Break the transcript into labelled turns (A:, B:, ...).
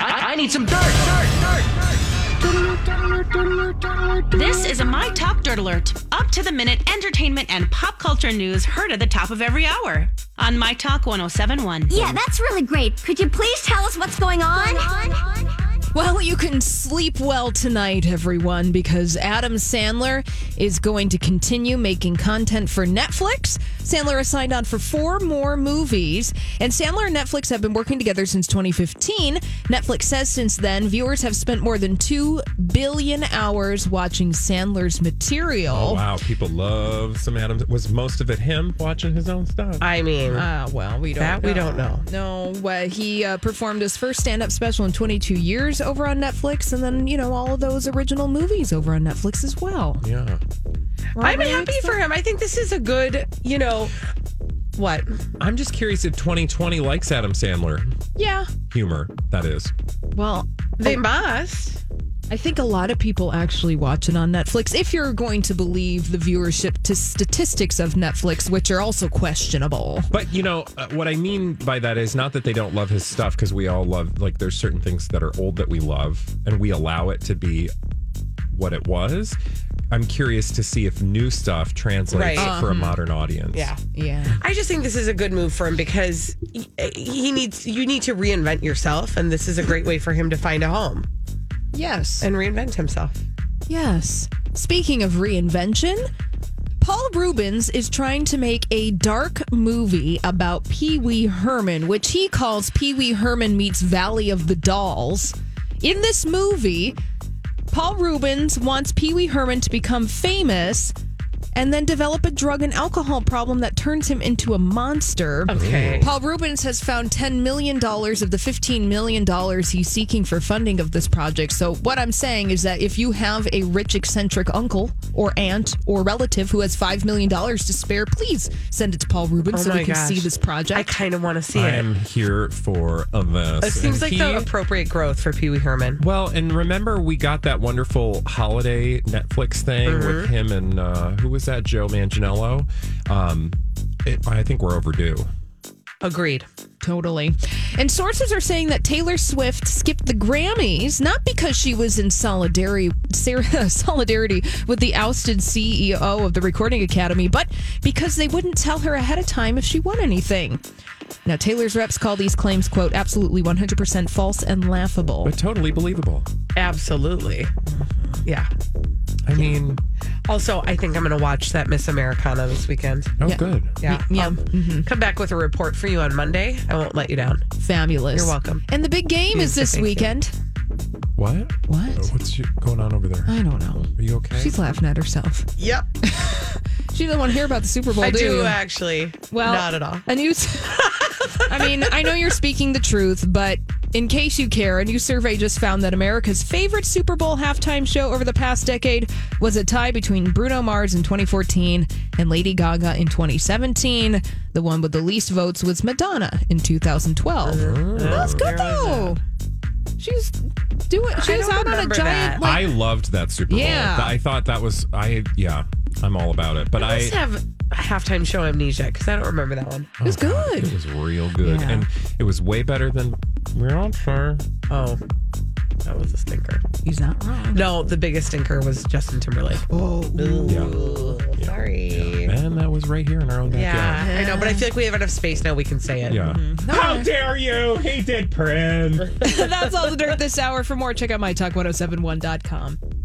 A: I need some dirt, dirt, dirt.
B: This is a My Talk Dirt Alert. Up to the minute entertainment and pop culture news heard at the top of every hour on My Talk 1071.
C: Yeah, that's really great. Could you please tell us what's going on?
D: Well, you can sleep well tonight, everyone, because Adam Sandler is going to continue making content for Netflix. Sandler has signed on for four more movies, and Sandler and Netflix have been working together since 2015. Netflix says since then, viewers have spent more than 2 billion hours watching Sandler's material.
E: Oh.
F: Wow, people love some Adams. Was most of it him watching his own stuff?
E: I mean,
D: Uh, well, we don't
E: That
D: know.
E: we don't know.
D: No, uh, he uh, performed his first stand up special in 22 years over on Netflix, and then, you know, all of those original movies over on Netflix as well.
F: yeah.
D: We're
E: I'm
D: really
E: happy
D: excited.
E: for him. I think this is a good, you know, what?
F: I'm just curious if 2020 likes Adam Sandler
D: Yeah.
F: humor. That is.
D: Well,
E: They must.
D: I think a lot of people actually watch it on Netflix if you're going to believe the viewership to statistics of Netflix, which are also questionable.
F: But you know uh, what I mean by that is not that they don't love his stuff because we all love like there's certain things that are old that we love and we allow it to be what it was. I'm curious to see if new stuff translates
E: Right. Uh-huh.
F: for a modern audience.
E: Yeah.
D: Yeah.
E: I just think this is a good move for him because he, he needs you need to reinvent yourself, and this is a great way for him to find a home
D: Yes.
E: and reinvent himself.
D: Yes. Speaking of reinvention, Paul Rubens is trying to make a dark movie about Pee Wee Herman, which he calls Pee Wee Herman Meets Valley of the Dolls. In this movie, Paul Rubens wants Pee Wee Herman to become famous and then develop a drug and alcohol problem that turns him into a monster.
E: Okay.
D: Paul Rubens has found $10 million of the $15 million he's seeking for funding of this project. So, what I'm saying is that if you have a rich, eccentric uncle or aunt or relative who has $5 million to spare, please send it to Paul Rubens so we can see this
E: I
D: project.
E: kind of want to see
F: I
E: it.
F: am here for this.
E: It seems
F: And
E: like
F: he-
E: the appropriate growth for Pee Wee Herman.
F: Well, and remember we got that wonderful holiday Netflix thing with
D: Mm-hmm.
F: him and uh, who was that? Joe Manganiello. Um, it, I think we're overdue.
E: Agreed.
D: Totally. And sources are saying that Taylor Swift skipped the Grammys not because she was in solidarity solidarity with the ousted CEO of the Recording Academy, but because they wouldn't tell her ahead of time if she won anything. Now, Taylor's reps call these claims, quote, absolutely 100% false and laughable.
F: But totally believable.
E: Absolutely. Yeah.
F: I mean,
E: Also, I think I'm going to watch that Miss Americana this weekend.
F: oh, good.
E: Yeah.
D: Yeah.
E: I'll Come back with a report for you on Monday. I won't let you down.
D: Fabulous.
E: You're welcome.
D: And the big game is
E: Beautiful,
D: this
E: thank you.
D: weekend.
F: What? Oh,
D: What?
F: What's you- going on over there?
D: I don't know.
F: Are you okay?
D: She's laughing at herself.
E: Yep.
D: She doesn't want to hear about the Super Bowl,
E: I
D: do,
E: do
D: you?
E: actually.
D: Well,
E: not at all.
D: A news. I mean, I know you're speaking the truth, but in case you care, a new survey just found that America's favorite Super Bowl halftime show over the past decade was a tie between Bruno Mars in 2014 and Lady Gaga in 2017. The one with the least votes was Madonna in 2012. That's good
E: Oh,
D: though. She was doing. She
E: I
D: was
E: don't
D: out on a
E: remember
D: giant.
E: that.
D: Like,
F: I loved that Super Bowl.
D: Yeah.
F: Th- I thought that was I yeah, I'm all about it. But I
E: I just have a halftime show amnesia because I don't remember that one.
D: it was good.
F: oh, it was real good. And it was way better than Rihanna.
E: Oh, that was a stinker.
D: He's not wrong.
E: No, the biggest stinker was Justin Timberlake. Oh,
F: Yeah.
E: sorry. Yeah.
F: And that was right here in our own backyard.
E: I know, but I feel like we have enough space now. We can say it.
F: Yeah. How dare you? He did print.
D: oh That's all the dirt this hour. For more, check out mytalk1071.com.